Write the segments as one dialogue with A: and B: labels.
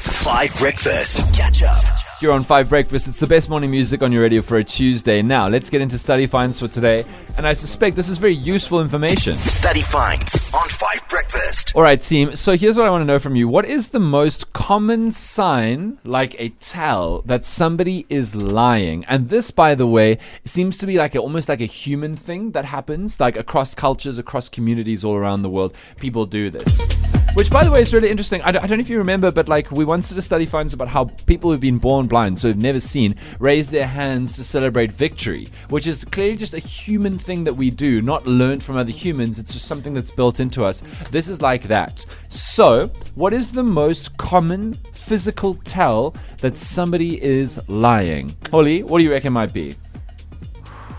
A: Five Breakfast. Catch up.
B: You're on Five Breakfast. It's the best morning music on your radio for a Tuesday. Now, let's get into study finds for today. And I suspect this is very useful information.
A: Study finds on Five Breakfast.
B: All right, team. So here's what I want to know from you. What is the most common sign, like a tell, that somebody is lying? And this, by the way, seems to be like a, almost like a human thing that happens, like across cultures, across communities all around the world. People do this. Which, by the way, is really interesting. I don't, I don't know if you remember, but like we once did a study finds about how people who've been born blind, so who've never seen, raise their hands to celebrate victory, which is clearly just a human thing that we do, not learned from other humans. It's just something that's built into us. This is like that. So, what is the most common physical tell that somebody is lying? Holly, what do you reckon might be?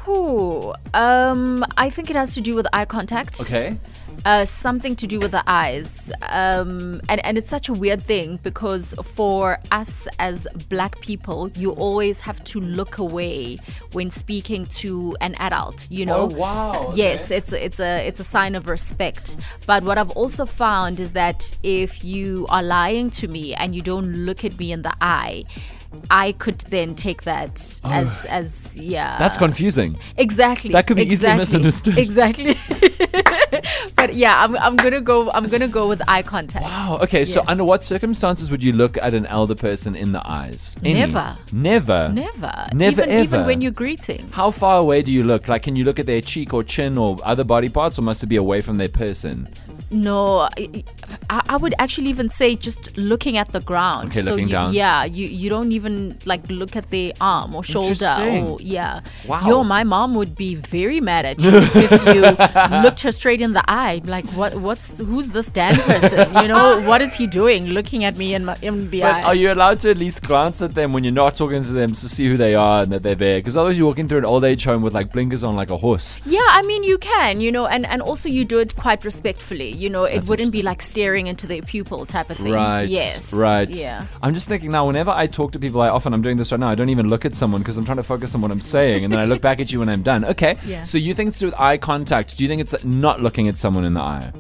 C: Ooh, um, I think it has to do with eye contact.
B: Okay.
C: Uh, something to do with the eyes. Um, and, and it's such a weird thing because for us as black people, you always have to look away when speaking to an adult, you know?
B: Oh, wow.
C: Yes, it's it's a it's a sign of respect. But what I've also found is that if you are lying to me and you don't look at me in the eye, I could then take that
B: Oh.
C: as as yeah.
B: That's confusing.
C: Exactly.
B: That could be easily
C: exactly.
B: misunderstood.
C: Exactly. but yeah, I'm, I'm gonna go. I'm gonna go with eye contact.
B: Wow. Oh, Okay. So,
C: Yeah.
B: under what circumstances would you look at an elder person in the eyes? Any?
C: Never.
B: Never.
C: never,
B: Never
C: even,
B: ever.
C: even when you're greeting.
B: How far away do you look? Like, can you look at their cheek or chin or other body parts, or must it be away from their person?
C: No, I, I I would actually even say just looking at the ground.
B: Okay,
C: so
B: looking
C: you,
B: down.
C: Yeah, you you don't even like look at the arm or shoulder
B: Interesting.
C: or yeah.
B: Wow.
C: Yo, my mom would be very mad at you if you looked her straight in the eye. Like what what's who's this Dan person? You know what is he doing? Looking at me in my in the
B: But
C: eye.
B: are you allowed to at least glance at them when you're not talking to them to see who they are and that they're there? Because otherwise, you're walking through an old age home with like blinkers on, like a horse.
C: Yeah, I mean you can, you know, and and also you do it quite respectfully. You know, it wouldn't be like staring into their pupil type of thing.
B: Right.
C: Yes.
B: Right.
C: Yeah.
B: I'm just thinking now. Whenever I talk to people, I often I'm doing this right now. I don't even look at someone because I'm trying to focus on what I'm saying, and then I look back at you when I'm done. Okay.
C: Yeah.
B: So you think it's to do with eye contact? Do you think it's not looking at someone in the eye?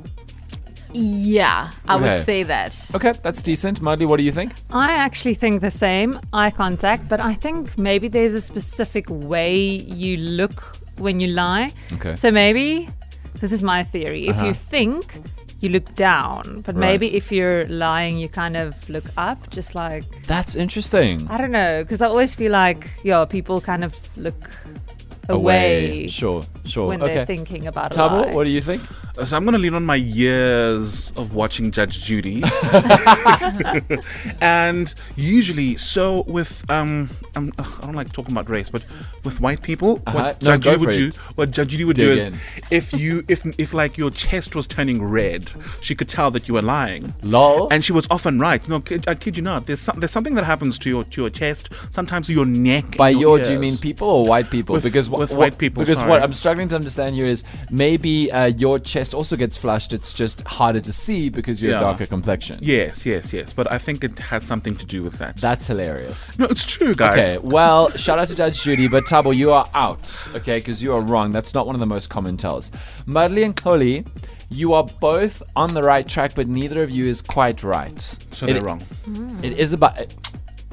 C: Yeah, I
B: Okay.
C: would say that.
B: Okay, that's decent. Mudley, what do you think?
D: I actually think the same eye contact, but I think maybe there's a specific way you look when you lie.
B: Okay. Uh-huh.
D: So maybe this is my theory. If you think, you look down, but maybe
B: Right.
D: if you're lying, you kind of look up, just like
B: That's interesting.
D: I don't know, because I always feel like yeah, people kind of look away,
B: Sure, sure.
D: when
B: okay.
D: they're thinking about a
B: Tabo,
D: lie.
B: what do you think?
E: Uh, So I'm going to lean on my years of watching Judge Judy. and usually, so with um, um, ugh, I don't like talking about race, but with white people,
B: Uh-huh.
E: what,
B: No,
E: Judge
B: go
E: Judy would
B: for
E: do,
B: it.
E: what Judge Judy would
B: Dig
E: do is,
B: in.
E: if you, if if like your chest was turning red, she could tell that you were lying.
B: Lol.
E: And she was often right. No, kid- I kid you not. There's some, there's something that happens to your to your chest, sometimes your neck.
B: By
E: and
B: your,
E: your
B: do you mean
E: ears.
B: people or white people?
E: With-
B: because wh-
E: with
B: wh-
E: white people,
B: Because
E: sorry.
B: what I'm struggling to understand here is maybe uh, your chest also gets flushed. It's just harder to see because you're
E: Yeah.
B: darker complexion.
E: Yes, yes, yes. But I think it has something to do with that.
B: That's hilarious.
E: no, it's true, guys.
B: Okay, well, shout out to Judge Judy, but Tabo, you are out, okay, because you are wrong. That's not one of the most common tells. Mudley and Coley, you are both on the right track, but neither of you is quite right.
E: So
B: It-
E: they're wrong.
B: It is about.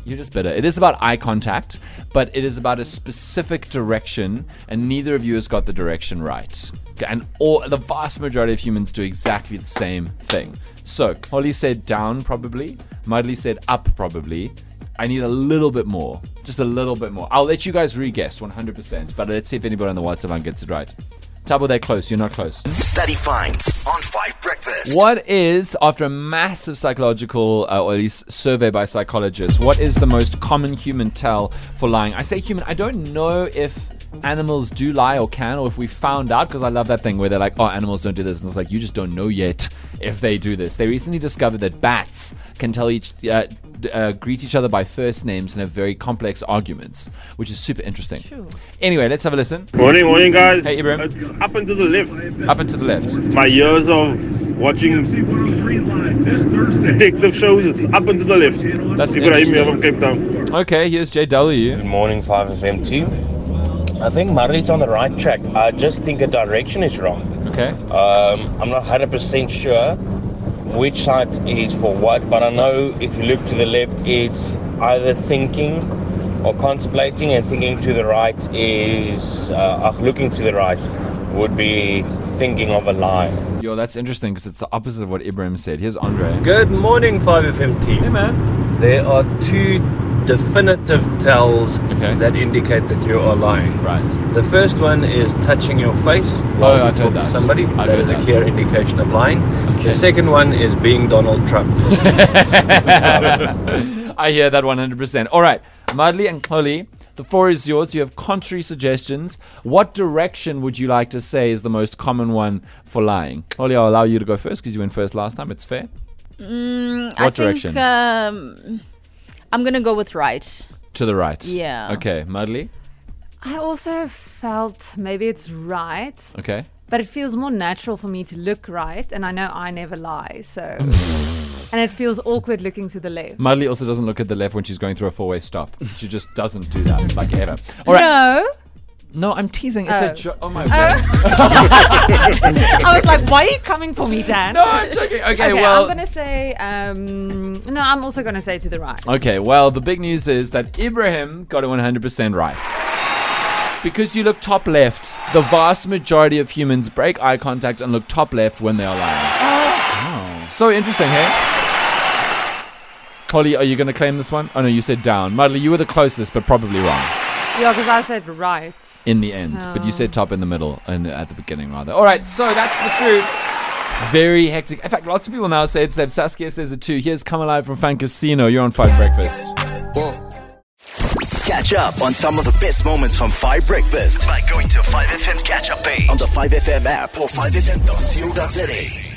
B: You're just bitter. It is about eye contact, but it is about a specific direction, and neither of you has got the direction right. Okay, And all the vast majority of humans do exactly the same thing. So Holly said down probably. Mudley said up probably. I need a little bit more, just a little bit more. I'll let you guys re-guess 100%, but let's see if anybody on the WhatsApp line gets it right. Tabo, they're close. You're not close.
A: Study finds on Five Breakfast.
B: What is, after a massive psychological, uh, or at least survey by psychologists, what is the most common human tell for lying? I say human, I don't know if animals do lie or can, or if we found out, because I love that thing where they're like, oh, animals don't do this. And it's like, you just don't know yet if they do this. They recently discovered that bats can tell each, uh, d- uh, greet each other by first names and have very complex arguments, which is super interesting. Anyway, let's have a listen.
F: Morning, morning, guys.
B: Hey, Ibrahim.
F: It's up and to the left.
B: Up and to the left.
F: My years of watching detective shows, it's up and to the left.
B: That's
F: Ibrahim here
B: interesting.
F: from Cape Town.
B: Okay, here's JW.
G: Good morning, 5FM team. I think Murray's on the right track. I just think the direction is wrong.
B: Okay.
G: Um, I'm not 100% sure which side is for what, but I know if you look to the left, it's either thinking or contemplating, and thinking to the right is, uh, uh, looking to the right would be thinking of a lie.
B: Yo, that's interesting because it's the opposite of what Ibrahim said. Here's Andre.
H: Good morning, 5FM team.
B: Hey, man.
H: There are two definitive tells
B: Okay.
H: that indicate that you are lying.
B: Right.
H: The first one is touching your face
B: Oh,
H: while you
B: I've heard
H: talk to
B: that.
H: somebody.
B: I've
H: that
B: heard
H: is
B: that.
H: a clear indication of lying.
B: Okay.
H: The second one is being Donald Trump.
B: I hear that 100%. All right, Madly and Chloe, the floor is yours. You have contrary suggestions. What direction would you like to say is the most common one for lying? Chloe, I'll allow you to go first because you went first last time. It's fair.
C: Mm, I
B: What
C: think
B: direction?
C: um, I'm gonna go with right.
B: To the right.
C: Yeah.
B: Okay, Madly.
D: I also felt maybe it's right,
B: Okay.
D: but it feels more natural for me to look right, and I know I never lie, so. and it feels awkward looking to the left.
B: Madly also doesn't look at the left when she's going through a four way stop. She just doesn't do that, like ever. All right.
D: No,
B: No, I'm teasing. It's a
D: Oh.
B: joke. Oh my word.
D: I was like, why are you coming for me, Dan?
B: No, I'm joking. Okay,
D: Okay,
B: well.
D: I'm gonna say. Um, no, I'm also gonna say to the right.
B: Okay, well, the big news is that Ibrahim got it 100% right. Because you look top left, the vast majority of humans break eye contact and look top left when they are lying. So interesting, hey? Holly, are you going to claim this one? Oh no, you said down. Mudley, you were the closest, but probably wrong
D: Yeah, because I said right.
B: in the end. But you said top in the middle and at the beginning rather. All right, so that's the truth. Very hectic. In fact, lots of people now say it's them. Saskia says it too. Here's Come Alive from Fan Casino. You're on Five Breakfast.
A: Catch up on some of the best moments from 5 Breakfast by going to 5FM's catch up page on the 5FM app or 5FM.co.za.